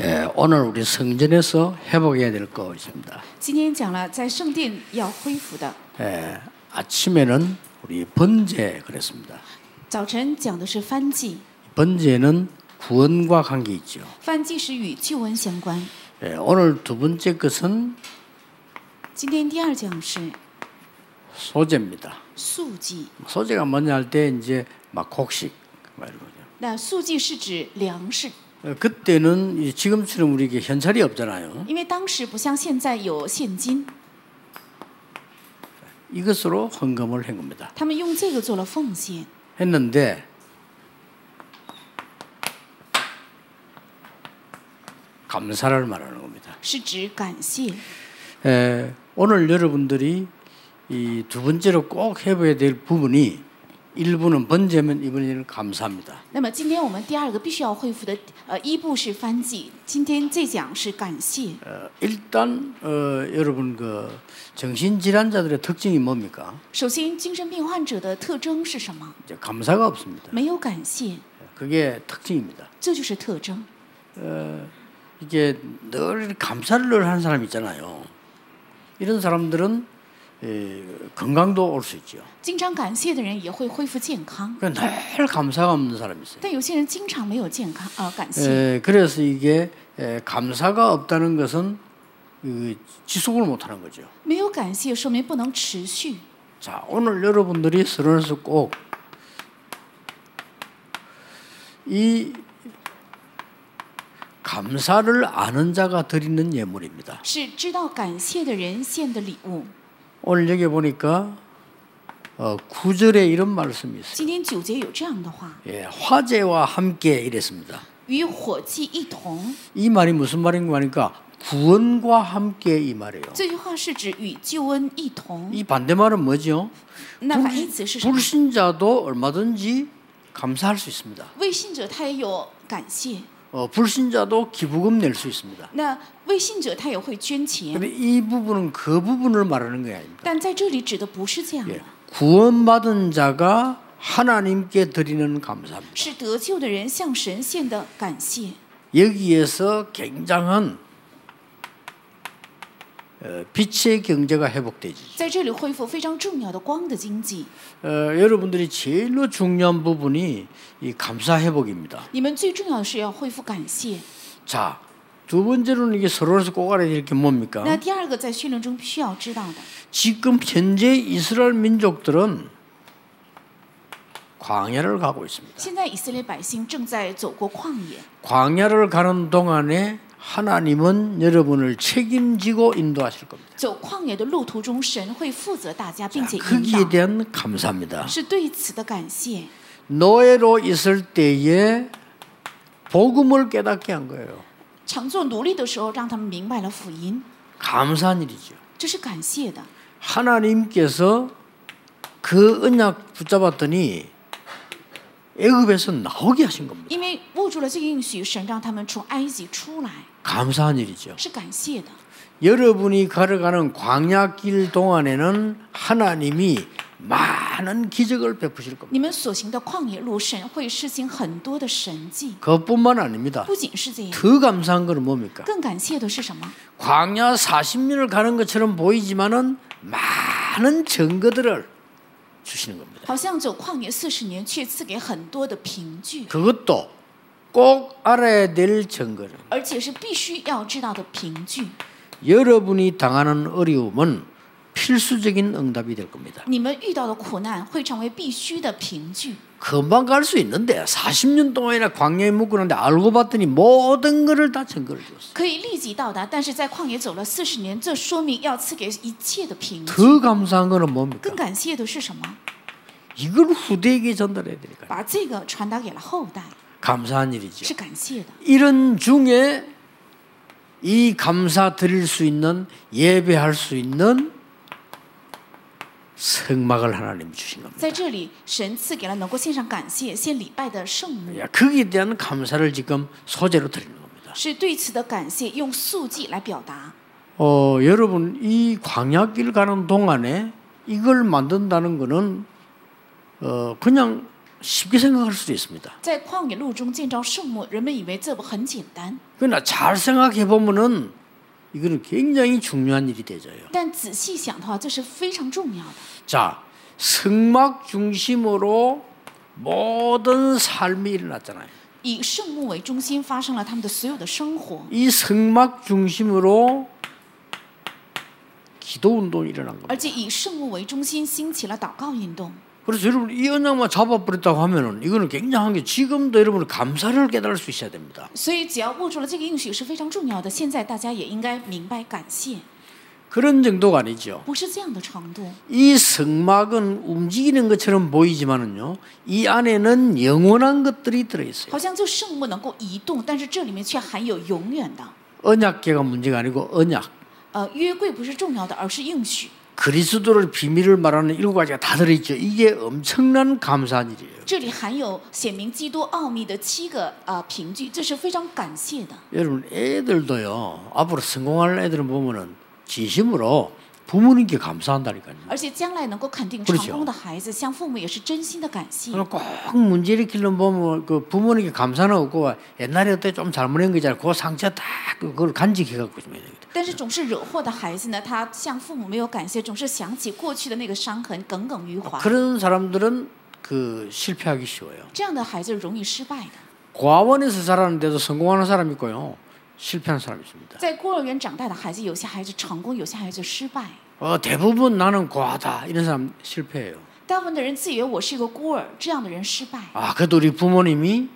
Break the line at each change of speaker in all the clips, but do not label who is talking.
예, 오늘 우리 성전에서 회복해야 될 것입니다.
今天讲了，在圣殿要恢复的。
예, 아침에는 우리 번제 그랬습니다.
早晨讲的是翻祭，
번제는 구원과 관계 있죠.
翻祭是与救恩相关。
예, 오늘 두 번째 것은
今天第二讲是
소제입니다.
素祭，
소제가 뭐냐 할 때 이제 막 곡식 말고요.
那素祭是指粮食，
그때는 이 지금처럼 우리에게 현찰이 없잖아요.
因为当时不像现在有现金，
이것으로 헌금을 한 겁니다.
他们用这个做了奉献。
했는데 감사를 말하는 겁니다.
是指感谢。
에, 예, 오늘 여러분들이 이 두 번째로 꼭 해봐야 될 부분이 1부는 번제면 이번에는 감사합니다.
那么今天我们第二个必须要恢复的，呃，一步是翻祭，今天这讲是感谢。
어, 일단 어, 여러분 그 정신질환자들의 특징이 뭡니까?
首先，精神病患者的特征是什么？
이제 감사가 없습니다.
没有感谢，
그게 특징입니다.
这就是特征。
이게 늘 감사를 늘 하는 사람 있잖아요. 이런 사람들은 에, 건강도 올 수 있죠.
经常感谢的人也会恢复健康，
그 늘 감사가 없는 사람이 있어요.
但有些人经常没有健康，呃，感谢。
에, 예, 그래서 이게 에, 감사가 없다는 것은 그, 지속을 못하는 거죠.
没有感谢，说明不能持续。
자, 오늘 여러분들이 서론에서 꼭 이 감사를 아는 자가 드리는 예물입니다.
是知道感谢的人献的礼物。
오늘 여기 보니까 어, 9절에 이런 말씀이 있어요.
今天九节有这样的话，
예, 화재와 함께 이랬습니다.
与火祭一同。
이 말이 무슨 말인가 하니까 구원과 함께 이 말이에요.
这句话是指与救恩一同。
이 반대말은 뭐죠?
那反义词是什么？
불신자도 얼마든지 감사할 수 있습니다.
未信者他也有感谢，
어, 불신자도 기부금 낼 수 있습니다.
那未信者他也会捐钱，
근데 이 부분은 그 부분을 말하는 게 아닙니다.
但在这里指的不是这样的
예, ， 구원받은 자가 하나님께 드리는 감사입니다.
是得救的人向神献的感谢。
여기에서 굉장한 어, 빛의 경제가 회복되지.
在这里恢复非常重要的光的经济，
어, 여러분들이 제일로 중요한 부분이 이 감사 회복입니다.
你们最重要的是要恢复感谢。
자, 두 번째로는 이게 서로에서 꼭 알아야 될 게 뭡니까?
那第二个在训练中必须要知道的，
지금 현재 이스라엘 민족들은 광야를 가고 있습니다.
现在以色列百姓正在走过旷野，
광야를 가는 동안에 하나님은 여러분을 책임지고 인도하실 겁니다.
走旷野的路途中，神会负责大家，并且引
거기에
导，
대한 감사합니다.
是对此的感谢。
노예로 있을 때에 복음을 깨닫게 한 거예요.
常做奴隶的时候，让他们明白了福音，
감사한 일이죠.
这是感谢的。
하나님께서 그 언약 붙잡았더니 애굽에서 나오게 하신 겁니다.
因为握住了这个应许，神让他们从埃及出来，
감사한 일이죠.
是感谢的。
여러분이 걸어가는 광야길 동안에는 하나님이 많은 기적을 베푸실 겁니다.
你们所行的旷野路，神会施行很多的神迹。
그것뿐만 아닙니다.
不仅是这样，
더 감사한 것은 뭡니까?
更感谢的是什么？
광야 40년을 가는 것처럼 보이지만은 많은 증거들을 주시는 겁니다.
好像走旷野四十年，却赐给很多的凭据，
그것도 꼭 알아야 될 증거를.
而且是必须要知道的凭据。
여러분이 당하는 어려움은 필수적인 응답이 될 겁니다.
你们遇到的苦难会成为必须的凭据。
금방 갈 수 있는데 40년 동안이나 광야에 묵고 있는데 알고 봤더니 모든 것을 다 증거를 줬어요.
可以立即到达，但是在旷野走了四十年，这说明要赐给一切的凭据。
더 감사한 것은 뭡니까?
更感谢的是什么？
이걸 후대에게 전달해야 되니까
把这个传达给了后代，
감사한 일이죠.
是感谢的。
이런 중에 이 감사 드릴 수 있는 예배할 수 있는 성막을 하나님 주신 겁니다.
在这里，神赐给了能够献上感谢、献礼拜的圣母，
야, 거기에 대한 감사를 지금 소재로 드리는 겁니다.
是对此的感谢，用素祭来表达。
어, 여러분 이 광야길 가는 동안에 이걸 만든다는 거는 어, 그냥 쉽게 생각할 수도 있습니다.
在旷野路中见着圣母，人们以为这很简单，
그러나 잘 생각해 보면은 이거는 굉장히 중요한 일이 되죠요.
但仔细想的话，这是非常重要的。
자, 성막 중심으로 모든 삶이 일어났잖아요.
以圣母为中心，发生了他们的所有的生活，
이 성막 중심으로 기도 운동이 일어난 겁니다.
而且以圣母为中心兴起了祷告运动。
그래서 여러분 이 언약만 잡아버렸다고 하면은 이거는 굉장한 게 지금도 여러분 감사를 깨달을 수 있어야 됩니다.
所以，只要握住了这个应许是非常重要的。现在大家也应该明白，感谢
그런 정도가 아니죠.
不是这样的程度。
이 성막은 움직이는 것처럼 보이지만은요, 이 안에는 영원한 것들이 들어있어요.
好像就圣母能够移动，但是这里面却含有永远的。
언약계가 문제가 아니고 언약,
呃，约柜不是重要的，而是应许。
그리스도를 비밀을 말하는 일곱 가지가 다 들어있죠. 이게 엄청난 감사한 일이에요.
这里含有显明基督奥秘的七个呃凭据，这是非常感谢的。
여러분 애들도요, 앞으로 성공하는 애들은 보면은 진심으로 부모님께 감사한다니까요.
而且将来能够肯定
不
成
是小
功的孩子，向父母也是真心的感谢。
저는 꼭 문제 일으키는 보면 그 부모님께 감사는 없고 옛날에 어때 좀 잘못한 거 있잖아요. 그 상처 다 그걸 간직해 갖고 있으면 됩니다.
但是总是惹祸的孩子呢，他向父母没有感谢，总是想起过去的那个伤痕，耿耿于怀。
그런 사람들은 그 실패하기 쉬워요.
这样的孩子容易失败的。
과원에서 자라는데도 성공하는 사람이 있고요. 실패하는 사람이 있습니다.
在孤儿园长大的孩子，有些孩子成功，有些孩子失败。
어, 대부분 나는 과하다 이런 사람 실패해요.
大部分的人自以为我是一个孤儿，这样的人失败。
아, 그래도 우리 부모님이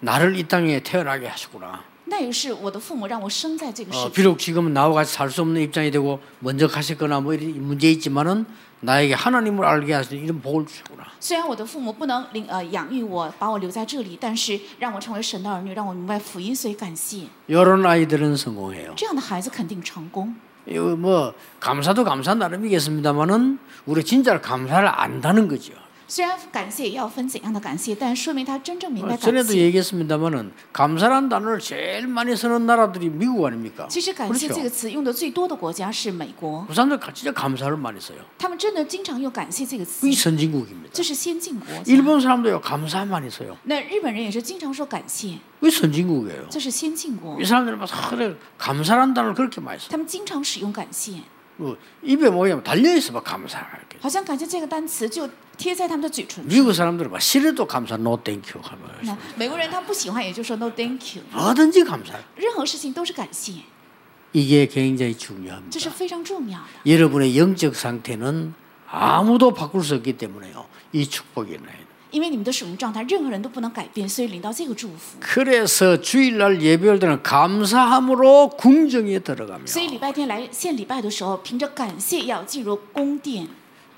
나를 이 땅에 태어나게 하셨구나.
那也是我的父母让我生在这个世
어,
界
비록 지금은 나와 같이 살 수 없는 입장이 되고 먼저 가셨거나 뭐 이런 문제 있지만은 나에게 하나님을 알게 하시는 이런 복을 주셨구나.
虽然我的父母不能领呃养育我，把我留在这里，但是让我成为神的儿女，让我明白福音，所以感谢。
이런 아이들은 성공해요.
这样的孩子肯定成功。
이거 뭐 감사도 감사 나름이겠습니다만은 우리 진짜 감사를 안다는 거죠.
虽然感谢也要分怎样的感谢，但说明他啊真正明
어,
白感
전에도
谢。
얘기했습니다만은 감사란 단어를 제일 많이 쓰는 나라들이 미국 아닙니까?
其实“感谢”这
그렇죠.
个词用的最多的国家是美国，
그 사람들 가- 진짜 감사를 많이 써요.
他们真的经常用“感谢”这个词
이 ， 선진국입니다.
这是先进国家。
일본 사람도요 감사 많이 써요.
那日本人也是经常说感谢，
이 선진국이에요.
这是先进国
이 ， 사람들은 막 그래 감사란 단어를 그렇게 많이 써.
他们经常使用感谢，
어, 입에 뭐냐면 달려 있어 막 감사. 이렇게.
好像感谢这个单词就贴在他们的嘴唇上。
미국 사람들은 막 싫어도 감사, no thank you 하면
那美国人他不喜欢也就说 no thank you，
뭐든지 감사.
任何事情都是感谢。
이게 굉장히
这是
중요합니다.
非常重要的。
여러분의 영적 상태는 아무도 바꿀 수 없기 때문에요. 이 축복이 있나요?
因为你们的属灵状态，任何人都不能改变，所以领到这个祝福。
그래서 주일날 예배할 때는 감사함으로 궁정에 들어가며
所以礼拜天来献礼拜的时候，凭着感谢要进入宫殿，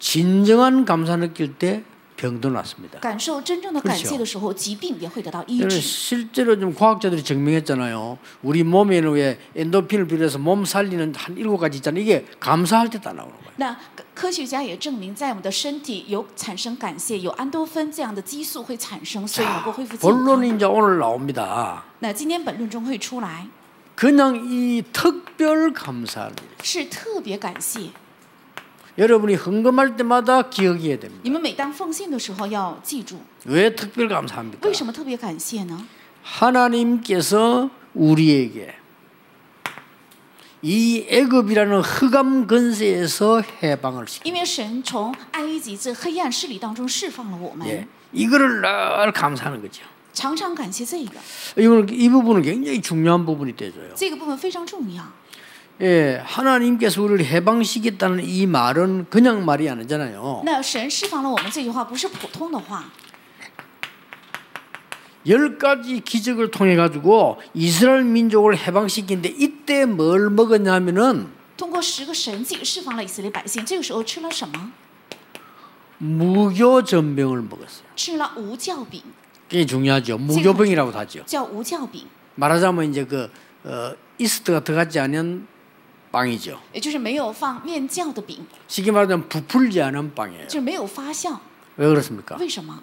진정한 감사 느낄 때 병도 났습니다.
感受真正的感谢的时候，疾病也会得到医
여러분,
治。
실제로 좀 과학자들이 증명했잖아요. 우리 몸에는 왜 엔도핀을 비롯해서 몸 살리는 한 일곱 가지 있잖아요. 이게 감사할 때 다 나오는 거예요.
那科科学家也证明，在我们的身体有产生感谢，有安多芬这样的激素会产生，所以能够恢复健
본론이
康。
이제 오늘 나옵니다.
那今天本论中会出来，
그냥 이 특별 감사를
是特别感谢
여러분이 헌금할 때마다 기억해야 됩니다.
你们每当奉献的时候要记住，
왜 특별 감사합니까?
为什么特别感谢呢？
하나님께서 우리에게 이 애굽이라는 흑암 근세에서 해방을 시키.
因为神从埃及这黑暗势力当中释放了我们，
예, 이거를 늘 감사하는 거죠.
常常感谢这个，
이거는 이 부분은 굉장히 중요한 부분이 되죠.
这个部分非常重要。
예, 하나님께서 우리를 해방시키겠다는 이 말은 그냥 말이 아니잖아요.
那神释放了我们这句话不是普通的话，
열 가지 기적을 통해 가지고 이스라엘 민족을 해방시키는데 이때 뭘 먹었냐면은
通过十个神迹释放了以色列百姓。这个时候吃了什么？
무교 전병을 먹었어요.
吃了无酵饼，
그게 중요하죠. 무교병이라고 하죠.
叫无酵饼，
말하자면 이제 그 어, 이스트가 들어가지 않은 빵이죠.
也就是没有放面酵的饼，
쉽게 말하자면 부풀지 않은 빵이에요.
就是没有发酵。
왜 그렇습니까?
为什么？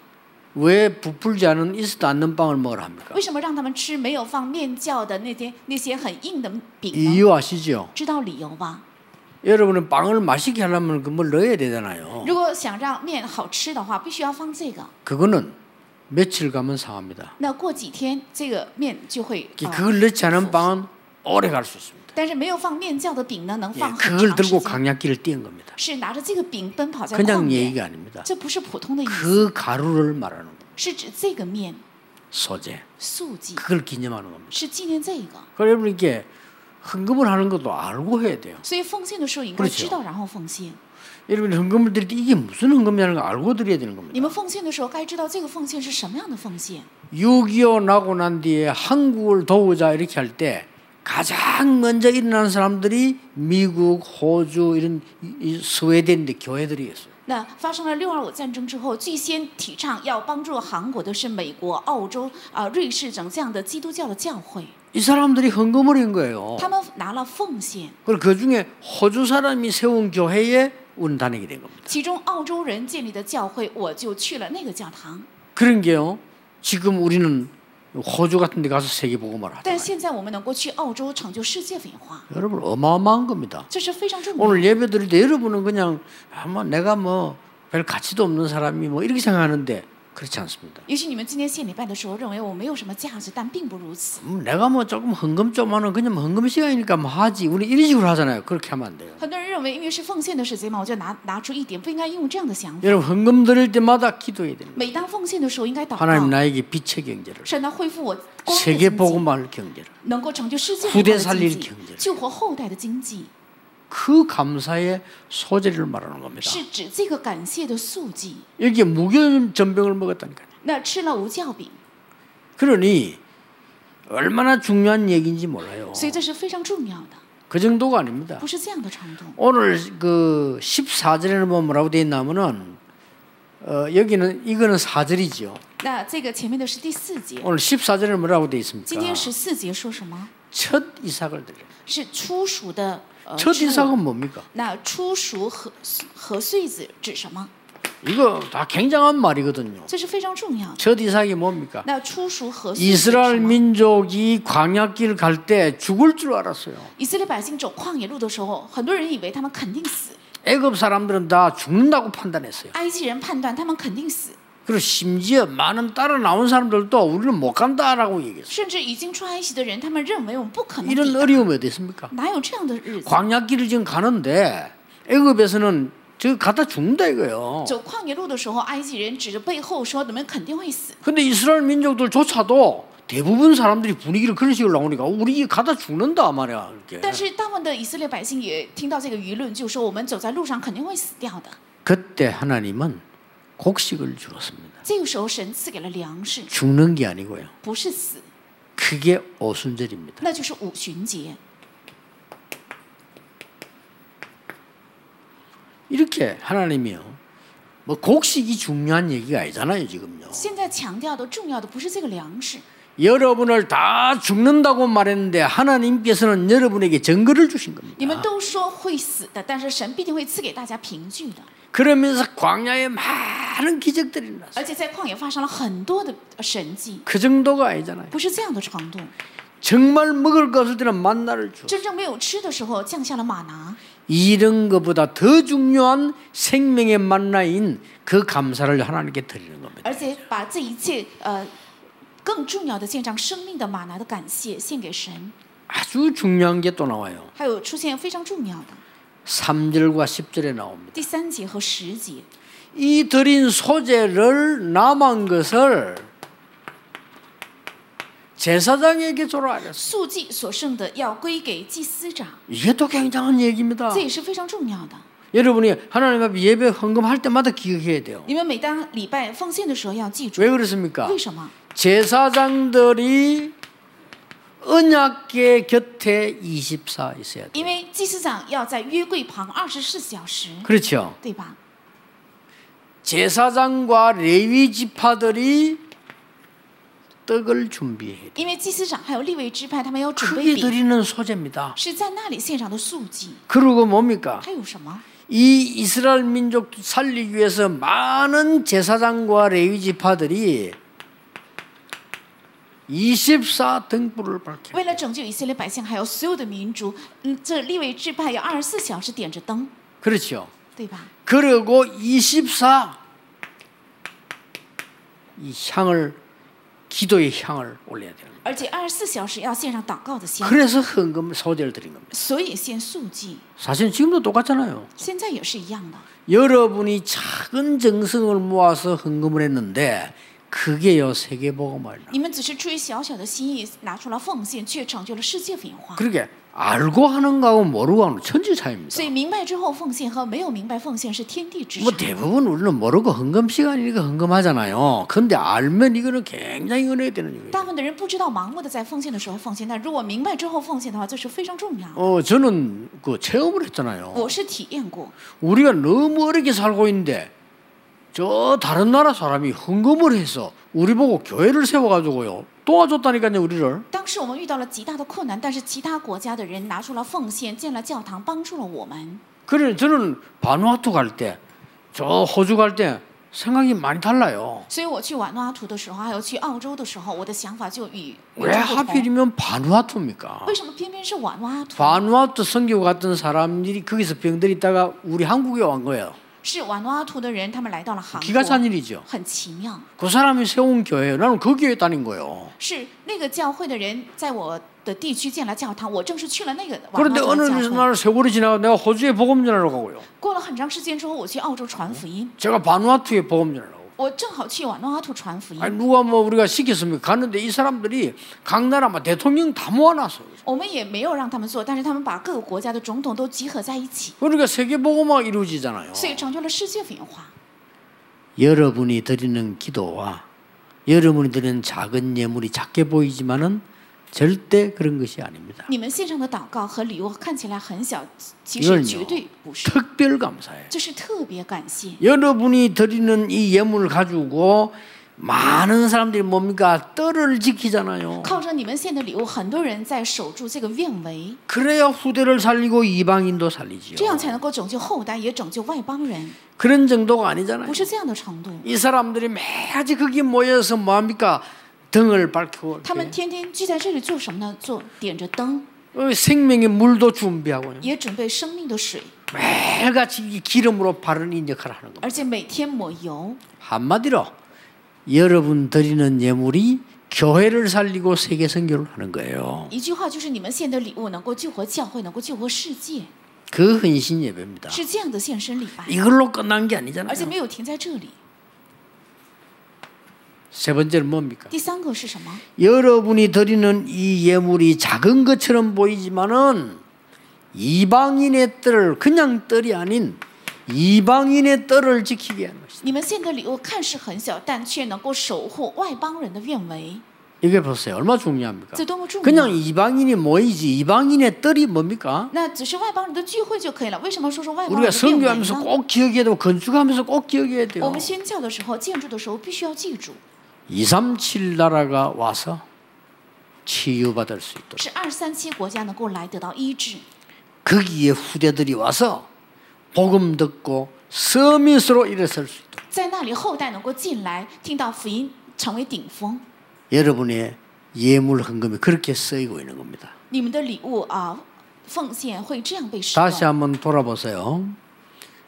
왜 부풀지 않은 이스트 않는 빵을 먹으라 합니까?
为什么让他们吃没有放面酵的那些那些很硬的饼呢？
이유 아시죠?
知道理由吧？
여러분은 빵을 맛있게 하려면 그뭘 넣어야 되잖아요.
如果想让面好吃的话，必须要放这个。
그거는 며칠 가면 상합니다.
那过几天这个面就会。
그-
呃
그걸 넣지 않은 빵은 오래 갈 수 있습니다.
但是没有放面酵的饼呢，能
예,
放很
그걸
长时
들고
间。
강약길을 뛴 겁니다.
是拿着这个饼奔跑在旷
그냥
野，
얘기가 아닙니다.
这不是普通的意思，
그 가루를 말하는 겁니다.
是指这个面
소재.
素祭，
그걸 기념하는 겁니다.
是纪念这个。
그러면 이게 헌금을 하는 것도 알고 해야 돼요.
所以奉献的时候应该
그렇죠
知道，然后奉献。
여러분 헌금을 드릴 때 이게 무슨 헌금이라는 걸 알고 드려야 되는 겁니다.
你们奉献的时候该知道这个奉献是什么样的奉献。
6.25 나고 난 뒤에 한국을 도우자 이렇게 할 때 가장 먼저 일어난 사람들이 미국, 호주 이런 이- 이 스웨덴 데 교회들이었어요.
那发生了六二五战争之后，最先提倡要帮助韩国的是美国、澳洲啊、瑞士等这样的基督教的教会，
이 사람들이 헌금을 한 거예요.
他们拿了奉献。
그리고 그 중에 호주 사람이 세운 교회에 우리는 다니게 된 겁니다.
其中澳洲人建立的教会，我就去了那个教堂。
그런 게요. 지금 우리는 호주 같은 데 가서 세계 보고말
但
하잖아요.
现在我们能够去澳洲成就世界文化，
여러분 어마어마한 겁니다.
这是非常重要的。
오늘 예배 드릴 때 여러분은 그냥 아마 내가 뭐 별 가치도 없는 사람이 뭐 이렇게 생각하는데 그렇지 않습니다.
也许你们今天献礼拜的时候认为我没有什么价值，但并不如此。
음, 내가 뭐 조금 헌금 좀 하는 그냥 헌금 시간이니까 뭐 하지. 우리 이런 식으로 하잖아요. 그렇게 하면 안 돼요.
很多人认为，因为是奉献的时间嘛，我就拿拿出一点，不应该用这样的想法。
여러분 헌금 드릴 때마다 기도해야 됩니다.
每当奉献的时候，应该祷
하나님
告，
나에게 빛의 경제를
神呢恢复我光的经
세계
济，
복음할 경제를
能够成就世界
후대살릴경
的经济
제를 ，
救活后代的经济，
그 감사의 소재를 말하는 겁니다.
是指这个感谢的素祭。
여기 무교염 전병을 먹었다니까요.
那吃了无酵饼，
그러니 얼마나 중요한 얘기인지 몰라요.
所以这是非常重要的，
그 정도가 아닙니다.
不是这样的程度。
오늘 그 14절에는 보면 뭐라고 되어 있냐면은 어, 여기는 이거는 4절이지요.
那这个前面的是第四节，
오늘 14절에는 뭐라고 되어
今
있습니까?
天十四节说什么？
첫 이삭을 드려요.
是初熟的呃
아, 첫
植物
이삭은 뭡니까?
那初熟和和穗子指什么？
이거 다 굉장한 말이거든요.
这是非常重要的。
첫 이삭이 뭡니까?
那初熟和穗子指什
이스라엘
么？
민족이 광야길 갈 때 죽을 줄 알았어요.
以色列百姓走旷野路的时候，很多人以为他们肯定死。
애굽 사람들은 다 죽는다고 판단했어요.
埃及人判断他们肯定死，
그리고 심지어 많은 따라 나온 사람들도 우리는 못 간다라고 얘기했어요.
甚至已经出埃及的人，他们认为我们不可能抵
이런
挡。
어려움이 어디 있습니까?
哪有这样的日子？
광야길을 지금 가는데 애굽에서는 저 가다 죽는다 이거예요.
走旷野路的时候，埃及人指着背后说：“你们肯定会死。
근데 이스라엘 민족들조차도 대부분 사람들이 분위기를 그런 식으로 나오니까 우리 이게 가다 죽는다 말이야. ” 이렇게.
但是大部分的以色列百姓也听到这个舆论，就说：“我们走在路上肯定会死掉的。
그때 하나님은 곡식을 주었습니다. ”
这个时候，神赐给了粮食，
죽는 게 아니고요.
不是死，
그게 오순절입니다.
那就是五旬节。
이렇게 하나님이요. 뭐 곡식이 중요한 얘기가 아니잖아요, 지금요.
现在强调的重要的不是这个粮食，
啊 여러분을 다 죽는다고 말했는데 하나님께서는 여러분에게 증거를 주신
你
겁니다.
们都说会死的，但是神必定会赐给大家凭据的。
그러면서 광야에 많은 기적들이 났어요.
而且在旷野发生了很多的神迹，
그 정도가 아니잖아요.
不是这样的程度。
정말 먹을 것 없을 때는 만나를 주.
真正没有吃的时候，降下了马拿，
이런 것보다 더 중요한 생명의 만나인 그 감사를 하나님께 드리는 겁니다.
而且把这一切呃更重要的献上生命的马拿的感谢献给神。
아주 중요한 게 또 나와요.
还有出现非常重要的
3절과 10절에 나옵니다.
第三节和十节，
이 드린 소재를 남은 것을 제사장에게 줘라 그랬어요.
素祭所剩的要归给祭司长，
이게 또 굉장한 얘기입니다.
这也是非常重要的。
여러분이 하나님 앞에 예배 헌금할 때마다 기억해야 돼요.
你们每当礼拜奉献的时候要记住，
왜 그렇습니까?
为什么？
제사장들이 언약계 곁에 24 있어야 돼요.
因为祭司长要在约柜旁二十四小时，
그렇죠.
对吧？
제사장과 레위 지파들이 떡을 준비해야 돼요.
因为祭司长还有立位支派，他们要准备
크게
饼，
드리는 소재입니다.
是在那里献上的素祭。
그리고 뭡니까?
还有什么？
이 이스라엘 민족 살리기 위해서 많은 제사장과 레위 지파들이 24 등불을 밝혀.
为了拯救以色列百姓，还有所有的民族，嗯，这立位支派要二十四小时点着灯，
그렇죠.
对吧？
그리고 24 이 향을 기도의 향을 올려야 되는 거예요.
而且二十四小时要献上祷告的香，
그래서 헌금을 소재를 드린 겁니다.
所以献素祭，
사실 지금도 똑같잖아요.
现在也是一样的。
여러분이 작은 정성을 모아서 헌금을 했는데 그게요 세계 복음을.
你们只是出于小小的心意拿出了奉献，却成就了世界文化。
그러게 알고 하는 거하고 모르고 하는 거 천지 차이입니다.
所以明白之后奉献和没有明白奉献是天地之
뭐
差。
대부분 우리는 모르고 헌금 시간이니까 헌금하잖아요. 근데 알면 이거는 굉장히 은혜가 되는 일이에요.
大部分的人不知道盲目的在奉献的时候奉献，但如果明白之后奉献的话，这是非常重要。
어, 저는 그 체험을 했잖아요.
我是体验过，
우리가 너무 어렵게 살고 있는데 저 다른 나라 사람이 헌금을 해서 우리 보고 교회를 세워가지고요 도와줬다니까요 우리를.
当时我们遇到了极大的困难，但是其他国家的人拿出了奉献，建了教堂，帮助了我们。
그래 저는 바누아투 갈 때 저 호주 갈 때 생각이 많이 달라요.
所以我去瓦努阿图的时候，还有去澳洲的时候，我的想法就与
왜
与众不同。
하필이면 바누아투입니까?
为什么偏偏是瓦努阿图？
바누아투 선교 갔던 사람들이 거기서 병들이 있다가 우리 한국에 온 거예요.
是瓦努阿图的人，他们来到了韩
기가 찬
国，
일이죠.
很奇妙。
그 사람이 세운 교회예요. 나는 그 교회 다닌 거예요.
是那个教会的人在我的地区建了教堂，我正是去了那个瓦努
그런데
阿图
어느
的教会。
날 세월이 지나고 내가 호주에 복음 전하러 가고요.
过了很长时间之后，我去澳洲传福音，
제가 바누아투에 복음 전하러 가고.
我正好去瓦努阿图传福音。
아니 누가 뭐 우리가 시켰습니까? 갔는데 이 사람들이 각 나라 막 대통령 다 모아놨어요.
我们也没有让他们做，但是他们把各个国家的总统都集合在一起，
그러니까 세계 복음화가 이루어지잖아요.
所以成就了世界文化。
여러분이 드리는 기도와 여러분이 드리는 작은 예물이 작게 보이지만은 절대 그런 것이 아닙니다.
你们献上的祷告和礼物看起来很小，其实绝对不是，
특별 감사예요.
这是特别感谢。
여러분이 드리는 이 예물을 가지고 많은 사람들이 뭡니까 떨을 지키잖아요.
靠着你们献的礼物，很多人在守住这个愿围，
그래야 후대를 살리고 이방인도 살리지요.
这样才能够拯救后代，也拯救外邦人。
그런 정도가 아니잖아요.
不是这样的程度，
이 사람들이 매일 거기 모여서 뭐합니까 등을 밝히고
他们天天聚在这里做什么呢？做点着灯，
어, 생명의 물도 준비하고요.
也准备生命的水，
매일같이 이 기름으로 바르는 이 역할을 하는 겁니다.
而且每天抹油。
한마디로 여러분 드리는 예물이 교회를 살리고 세계 선교를 하는 거예요.
一句话就是，你们献的礼物能够救活教会，能够救活世界，
그 헌신 예배입니다.
是这样的献身礼拜，
이걸로 끝난 게
而且
아니잖아요.
没有停在这里。
세 번째는 뭡니까?
第三个是什么？
여러분이 드리는 이 예물이 작은 것처럼 보이지만은 이방인의 뜰을 그냥 뜰이 아닌 이방인의 뜰을 지키게 하는 것이다.
你们献的礼物看似很小，但却能够守护外邦人的愿为，
이게 보세요. 얼마나 중요합니까?
这多么重要！
그냥 이방인이 모이지 이방인의 뜰이 뭡니까?
那只是外邦人的聚会就可以了。为什么说是外邦
우리가
人的愿为
선교하면서
呢？
꼭 기억해야 되고 건축하면서 꼭 기억해야
我
돼요.
们宣教的时候、建筑的时候，必须要记住，
237 나라가 와서 치유받을 수 있도록
是二三七国家能够来得到医治，
거기에 후대들이 와서 복음 듣고 서밋으로 일어설 수 있도록
在那里后代能够进来，听到福音，成为顶峰。
여러분의 예물 헌금이 그렇게 쓰이고 있는 겁니다.
你们的礼物啊，奉献会这样被使
다시
用。
한번 돌아보세요.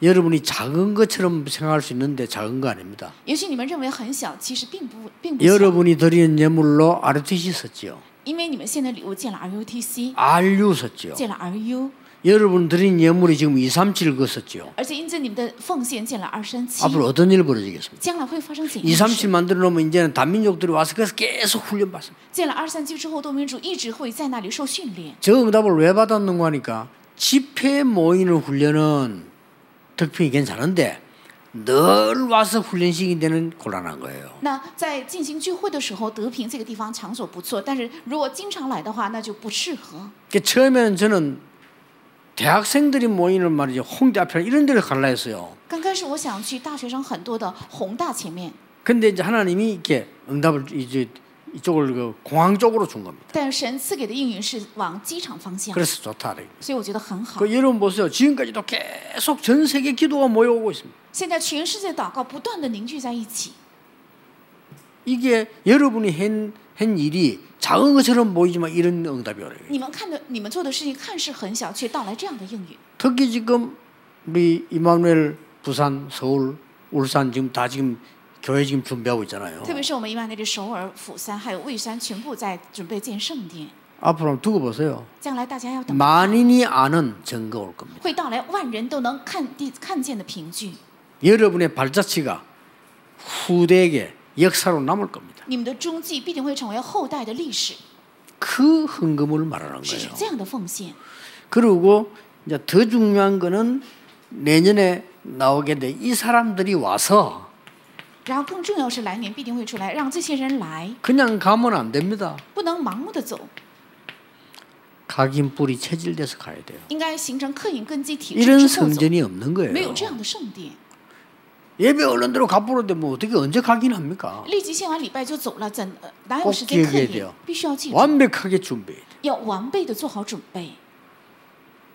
여러분이 작은 것처럼 생각할 수 있는데 작은 거 아닙니다.
也许你们认为很小，其实并不并不小，
여러분이 드리는 예물로 RTC 썼지요.
因为你们献的礼物建了 RUTC，
啊 RU 썼지요.
建了 RU，
여러분 드린 예물이 지금 237 그거 썼지요.
而且因着你们的奉献建了二三七。
앞으로 어떤 일 벌어지겠습니까?
将来会发生怎样
2,
的
3,
事？
7 만들어 놓으면 이제는 단민족들이 와서 그래서 계속 훈련 받습니다.
建了二三七之后，多民主一直会在那里受训练。
저 응답을 왜 받았는가 하니까 집회 모이는 훈련은 덕평이 괜찮은데 늘 와서 훈련식이 되는 곤란한 거예요.
那在进行聚会的时候，德平这个地方场所不错，但是如果经常来的话，那就不适合。
그러니까 처음에는 저는 대학생들이 모이는 말이죠. 홍대 앞에 이런 데를 갈라 했어요.
刚开始我想去大学生很多的宏大前面，
근데 이제 하나님이 이렇게 응답을 이제 이쪽을 그 공항 쪽으로 준 겁니다.
但神赐给的应允是往机场方向，
그래서 좋다. 그래요.
所以我觉得很好。
그 여러분 보세요. 지금까지도 계속 전 세계 기도가 모여오고 있습니다.
现在全世界祷告不断的凝聚在一起，
이게 여러분이 한, 한 일이 작은 것처럼 보이지만 이런 응답이 오래요.
你们看的你们做的事情看似很小，却到来这样的应允。
특히 지금 우리 이마누엘 부산, 서울, 울산 지금 다 지금 교회 지금 준비하고 있잖아요.
特别是我们伊万内的首尔、釜山还有蔚山，全部在准备建圣殿。
앞으로 한번 두고 보세요.
将来大家要
嗯
等，
만인이 아는 증거 올 겁니다.
会到来万人都能看地看见的凭据。
여러분의 발자취가 후대에게 역사로 남을 겁니다.
你们的踪迹必定会成为后代的历史，
그 헌금을 말하는
是指
거예요.
这样的奉献。
그리고 이제 더 중요한 거는 내년에 나오게 돼 이 사람들이 와서
然后更重要是，来年必定会出来，让这些人来，
그냥 가면 안 됩니다.
不能盲目的走，
각인 뿌리 체질돼서 가야 돼요.
应该形成刻印根基体制
이런
之后走。
성전이 네, 없는
没有
거예요.
这样的圣殿，
예배 얼른 들어 가보는데 뭐 어떻게 언제 각인합니까?
立即献完礼拜就走了，怎呃哪有
꼭
时间刻
기억해야돼요
印？必须要记住，
완벽하게 준비해야 돼요.
要完备的做好准备。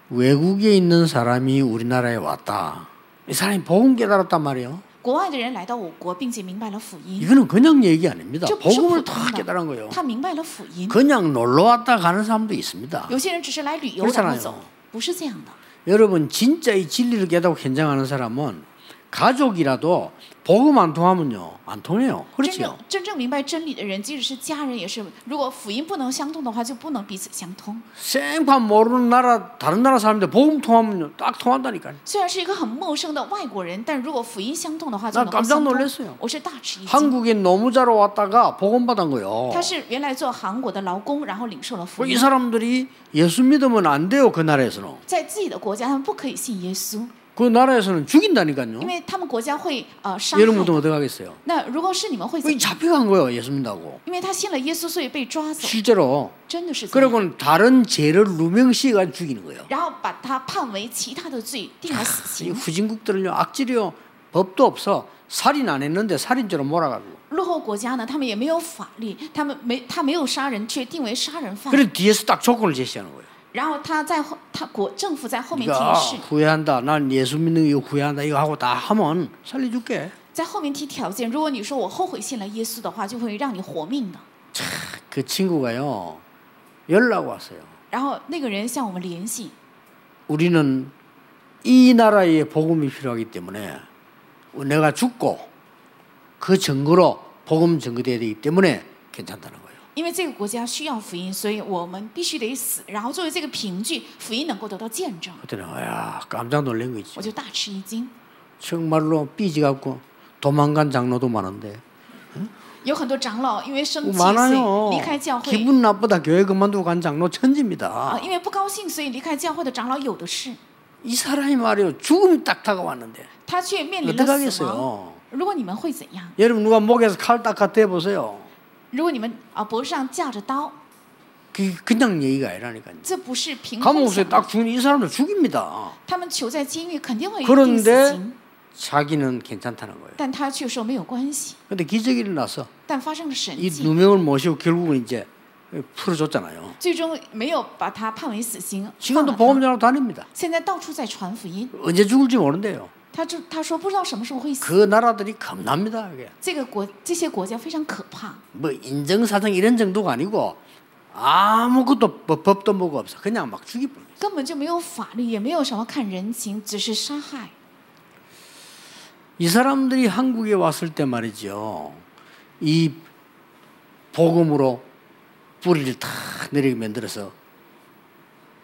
외국에 있는 사람이 우리나라에 왔다. 이 사람이 복음 깨달았단 말이에요.
国外的人来到我国，并且明白了福音，
이거는 그냥 얘기 아닙니다.
这不是普
네. 복음을
通
다
的
깨달은 거예요.
他明白了福音。
그냥 놀러 왔다 가는 사람도 있습니다.
有些人只是来旅游
그렇잖아요
然后走，不是这样的。
여러분 진짜 이 진리를 깨닫고 현장하는 사람은 가족이라도 복음 안 통하면요 안 통해요.
真正
그렇죠?
真正明白真理的人，即使是家人也是，如果福音不能相通的话，就不能彼此相通。
생판 모르는 나라 다른 나라 사람들 복음 통하면요 딱 통한다니까요.
虽然是一个很陌生的外国人，但如果福音相通的话，就
那
能
깜
够
짝
相
놀랐어요
通。我是大吃一惊。
한국에 노무자로 왔다가 복음 받은 거요.
他是原来做韩国的劳工，然后领受了福
뭐이
音。
사람들이 예수 믿으면 안 돼요 그 나라에서는.
在自己的国家，他们不可以信耶稣，
그 나라에서는 죽인다니까요.
因为他们国家会呃伤
여러분들
害。
어떻게 하겠어요?
那如果是你们会怎
왜
么样？
잡혀간 거예요 예수 믿다고.
因为他信了耶稣，所以被抓走，
실제로
真的是这样。
그리고는 다른 죄를 누명씌가 죽이는 거예요.
然后把他判为其他的罪，定了死
이
刑。
후진국들은요 악질이요 법도 없어 살인 안 했는데 살인죄로 몰아가고
落后国家呢，他们也没有法律，他们没他没有杀人，却定为杀人犯。
그래 뒤에서 딱 조건을 제시하는 거예요.
然后他在后，他国政府在后面
네가
提示，
후회한다. 난 예수 믿는 거 이거 후회한다. 이거 하고 다 하면 살려줄게.
在后面提条件。如果你说我后悔信了耶稣的话，就会让你活命的。
그 친구가요 연락 왔어요.
然后那个人向我们联系，
우리는 이 나라에 복음이 필요하기 때문에 내가 죽고 그 증거로 복음 증거돼야 되기 때문에 괜찮다는 거예요.
因为这个国家需要福音，所以我们必须得死。然后作为这个凭据，福音能够得到见证，
그때는 야 깜짝 놀란 거 있지.
我就大吃一惊。
정말로 삐지 갖고 도망간 장로도 많은데
有很多长老因为生气，所以
많아요.
离开教会。
기분 나쁘다 교회 그만두고 간 장로
啊，
천지입니다.
因为不高兴，所以离开教会的长老有的是，
이 사람이 말이요 죽음이 딱 다가왔는데
他却面临
어떻게
了死亡。
하겠어요?
如果你们会怎样？
여러분 누가 목에서 칼딱 갖다 해 보세요.
如果你们啊脖子上架着刀，
그 그냥 얘기가 아니라니까요.
这不是凭空想
감옥에서
的。
딱 죽는 이 사람들 죽입니다.
他们囚在监狱肯定会
그런데
定死刑，
자기는 괜찮다는 거예요.
但他却说没有关系。
근데 기적이 일어나서
但发生了神
이
迹，
누명을 모시고 결국은 이제 풀어줬잖아요.
最终没有把他判为死刑。
지금도
放了
보험자로 다닙니다.
他现在到处在传福音，
언제 죽을지 모른대요.
他就他说不知道什么时候会死。
그 나라들이 겁납니다. 그게.
这个国这些国家非常可怕，
뭐 인정사정 이런 정도가 아니고 아무것도 법- 법도 뭐가 없어. 그냥 막 죽이버려.
根本就没有法律，也没有什么看人情，只是杀害。
이 사람들이 한국에 왔을 때 말이죠. 이 복음으로 뿌리를 탁 내리게 만들어서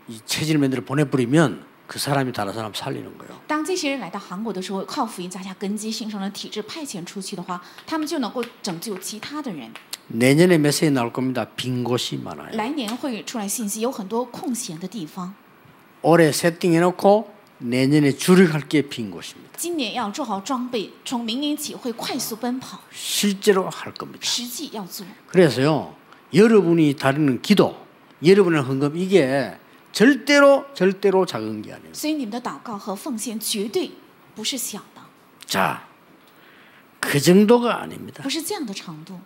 이 체질을 만들어 보내버리면 그 사람이 다른 사람 살리는 거예요.
当这些人来到韩国的时候，靠福音扎下根基，形成了体制，派遣出去的话，他们就能够拯救其他的人。
내년에 메시지 나올 겁니다. 빈 곳이 많아요.
来年会出来信息，有很多空闲的地方。
올해 세팅해놓고 내년에 줄여갈 게 빈 곳입니다.
今年要做好装备，从明年起会快速奔跑，
실제로 할 겁니다.
实际要做。
그래서요 여러분이 다루는 기도, 여러분의 헌금 이게 절대로 절대로 작은 게 아니에요.
所以你们的祷告和奉献绝对不是小的，
자, 그 정도가 아닙니다.
不是这样的程度。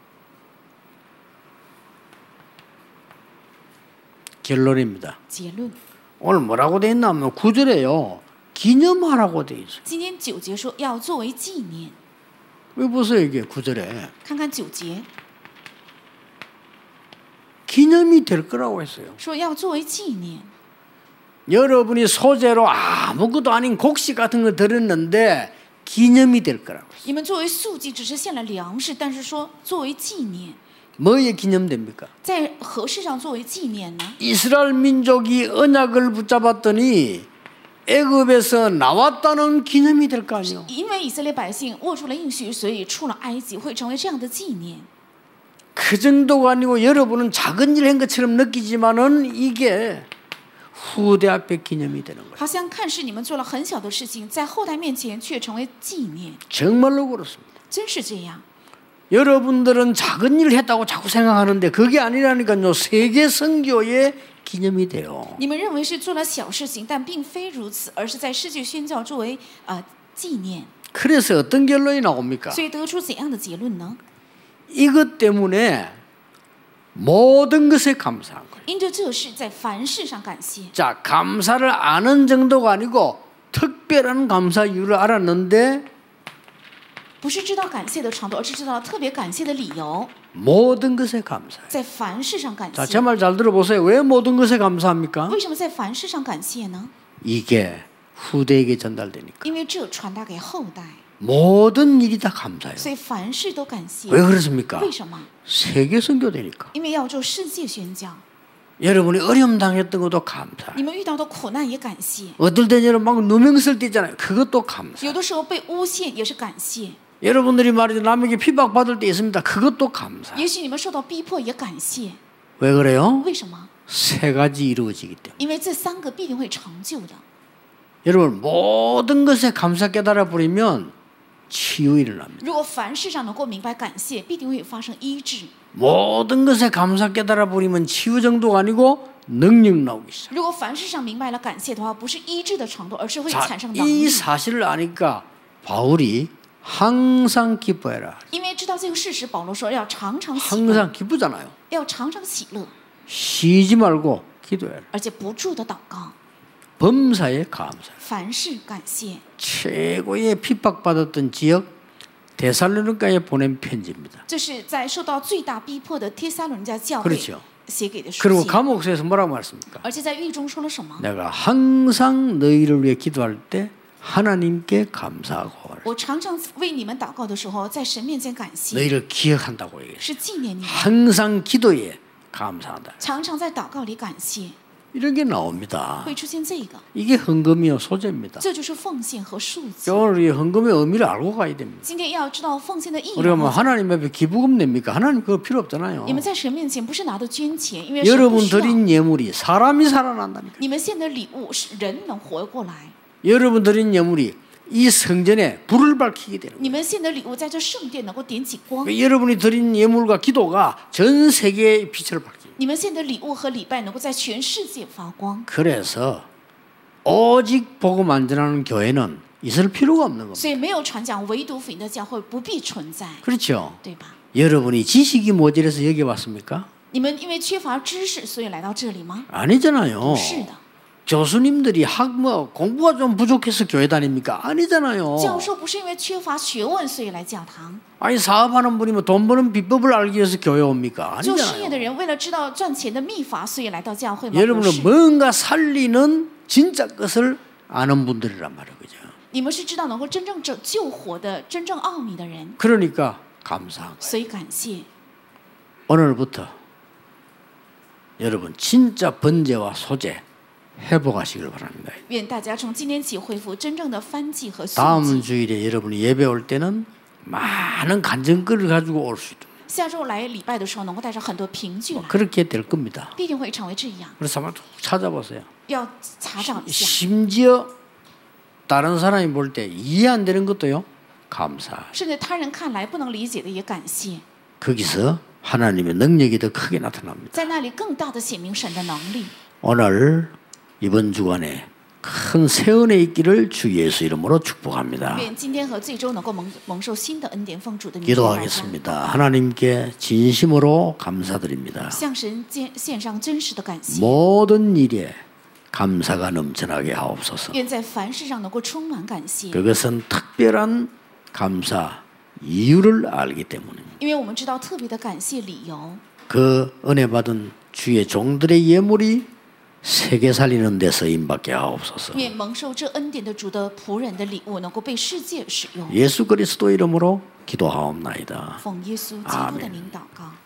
결론입니다.
结论，
오늘 뭐라고 돼 있나 하면 구절에요 기념하라고 돼 있어요.
今天九节说要作为纪念，
왜 보세요 이게 구절에
看看九节
기념이 될 거라고 했어요.
说要作为纪念。
여러분이 소재로 아무것도 아닌 곡식 같은 거 들었는데 기념이 될 거라고.
你们作为素祭只是献了粮食，但是说作为纪念，
뭐에 기념됩니까?
在何事上作为纪念呢？
이스라엘 민족이 언약을 붙잡았더니 애굽에서 나왔다는 기념이 될 거 아니에요.
因为以色列百姓握住了应许，所以出了埃及，会成为这样的纪念。
그 정도가 아니고 여러분은 작은 일 한 것처럼 느끼지만은 이게 후대 앞에 기념이 되는 거예요.
好像看似你们做了很小的事情，在后代面前却成为纪念，
정말로 그렇습니다.
真是这样。
여러분들은 작은 일을 했다고 자꾸 생각하는데 그게 아니라니까요. 세계 선교의 기념이 돼요.
你们认为是做了小事情，但并非如此，而是在世界宣教作为呃纪念。
그래서 어떤 결론이 나옵니까?
所以得出怎样的结论呢？
이것 때문에 모든 것에 감사한 거예요.
因着这事，在凡事上感谢，
자, 감사를 아는 정도가 아니고 특별한 감사 이유를 알았는데
不是知道感谢的程度，而是知道特别感谢的理由，
모든 것에 감사해요.
在凡事上感
자,
谢。
제 말 잘 들어보세요. 왜 모든 것에 감사합니까?
为什么在凡事上感谢呢？
이게 후대에게 전달되니까
因为这传达给后代，
모든 일이 다 감사해요.
所以凡事都感谢。
왜 그렇습니까?
为什么？
세계 선교되니까.
因为要做世界宣教，
여러분이 어려움 당했던 것도 감사.
你们遇到的苦难也感谢，
어떨 땐 여러분 막 누명쓸 때 있잖아요. 그것도 감사.
有的时候被诬陷也是感谢，
여러분들이 말이죠 남에게 피박 받을 때 있습니다. 그것도 감사.
也许你们受到逼迫也感谢。
왜 그래요?
为什么？
세 가지 이루어지기 때문에.
因为这三个必定会成就的。
여러분 모든 것에 감사 깨달아 버리면 치유 일어납니다.
如果凡事上能够明白感谢，必定会发生医治；
모든 것에 감사 깨달아 버리면 치유 정도가 아니고 능력 나오기 시작.
如果凡事上明白了感谢的话，不是医治的程度，而是会
자,
产生能
이
力。
사실을 아니까 바울이 항상 기뻐해라.
因为知道这个事实，保罗说要常常喜乐，
항상 기쁘잖아요.
要常常喜乐，
쉬지 말고 기도해라.
而且不住的祷告，
범사에 감사.
凡事感谢。
최고의 핍박받았던 지역 데살로니가에 보낸 편지입니다.
这是在受到最大逼迫的帖撒罗尼迦教
그렇
会
죠
写给的书
그리고
信，
감옥에서 뭐라고 말했습니까?
而且在狱中说了什么？
내가 항상 너희를 위해 기도할 때 하나님께 감사하고 하라.
我常常为你们祷告的时候，在神面前感谢，
너희를 기억한다고 얘기했어요.
是纪念你们，
항상 기도에 감사한다.
常常在祷告里感谢，
이런 게 나옵니다.
会出现这个，
이게 헌금이요 소재입니다.
这就是奉献和数字。
오늘 이 헌금의 의미를 알고 가야 됩니다.
今天要知道奉献的意义
우리가 뭐
啊。
하나님 앞에 기부금 냅니까? 하나님 그거 필요 없잖아요.
你们在神面前不是拿的捐钱，因为神不
여러분
需要。
드린 예물이 사람이 살아난다니까.
你们献的礼物是人能活过来，
여러분 드린 예물이 이 성전에 불을 밝히게 되는
你们献的礼物在这圣殿能够点起光，
거예요. 여러분이 드린 예물과 기도가 전 세계에 빛을 밝히는 거예요.
你们献的礼物和礼拜能够在全世界发光。
그래서 오직 복음 안전하는 교회는 있을 필요가 없는 겁니다.
所以没有传讲唯独福音的教会不必存在，
그렇죠?
对吧？
여러분이 지식이 모자라서 여기 왔습니까?
你们因为缺乏知识，所以来到这里吗？
아니잖아요.
不是的，
교수님들이 학뭐 공부가 좀 부족해서 교회 다닙니까? 아니잖아요.
教授不是因为缺乏学问所以来教堂，
아니 사업하는 분이 뭐 돈 버는 비법을 알기 위해서 교회 옵니까?
做事业
아니잖아요.
的人为了知道赚钱的秘法，所以来到教会吗？不
여러분은
是，
뭔가 살리는 진짜 것을 아는 분들이란 말이에요. 그죠?
你们是知道能够真正拯救活的真正奥秘的人，
그러니까 감사한 거예요.
所以感谢。
오늘부터 여러분 진짜 번제와 소제 회복하시길 바랍니다.
愿大家从今天起恢复真正的翻祭和素
다음
祭。
주일에 여러분이 예배 올 때는 많은 간증글을 가지고 올 수 있도록
下周来礼拜的时候，能够带上很多凭据来，
그렇게 될 겁니다.
必定会成为这样。
그래서 한번 쭉 찾아보세요.
要查找一下，
심지어 다른 사람이 볼 때 이해 안 되는 것도요. 감사.
甚至他人看来不能理解的也感谢，
거기서 하나님의 능력이 더 크게 나타납니다.
在那里更大的显明神的能力。
오늘 이번 주간에 큰 세운에 있기를 주 예수 이름으로 축복합니다.
愿今天和最终能够蒙蒙受新的恩典，奉主的名祝大家。
기도하겠습니다. 하나님께 진심으로 감사드립니다.
向神献献上真实的感谢，
모든 일에 감사가 넘쳐나게 하옵소서.
愿在凡事上能够充满感谢，
그것은 특별한 감사 이유를 알기 때문입니다.
因为我们知道特别的感谢理由，
그 은혜 받은 주의 종들의 예물이 세계 살리는 데 쓰임밖에 없어서
愿蒙受这恩典的主的仆人的礼物能够被世界使用。
예수 그리스도 이름으로 기도하옵나이다.
奉耶稣基督的名祷告。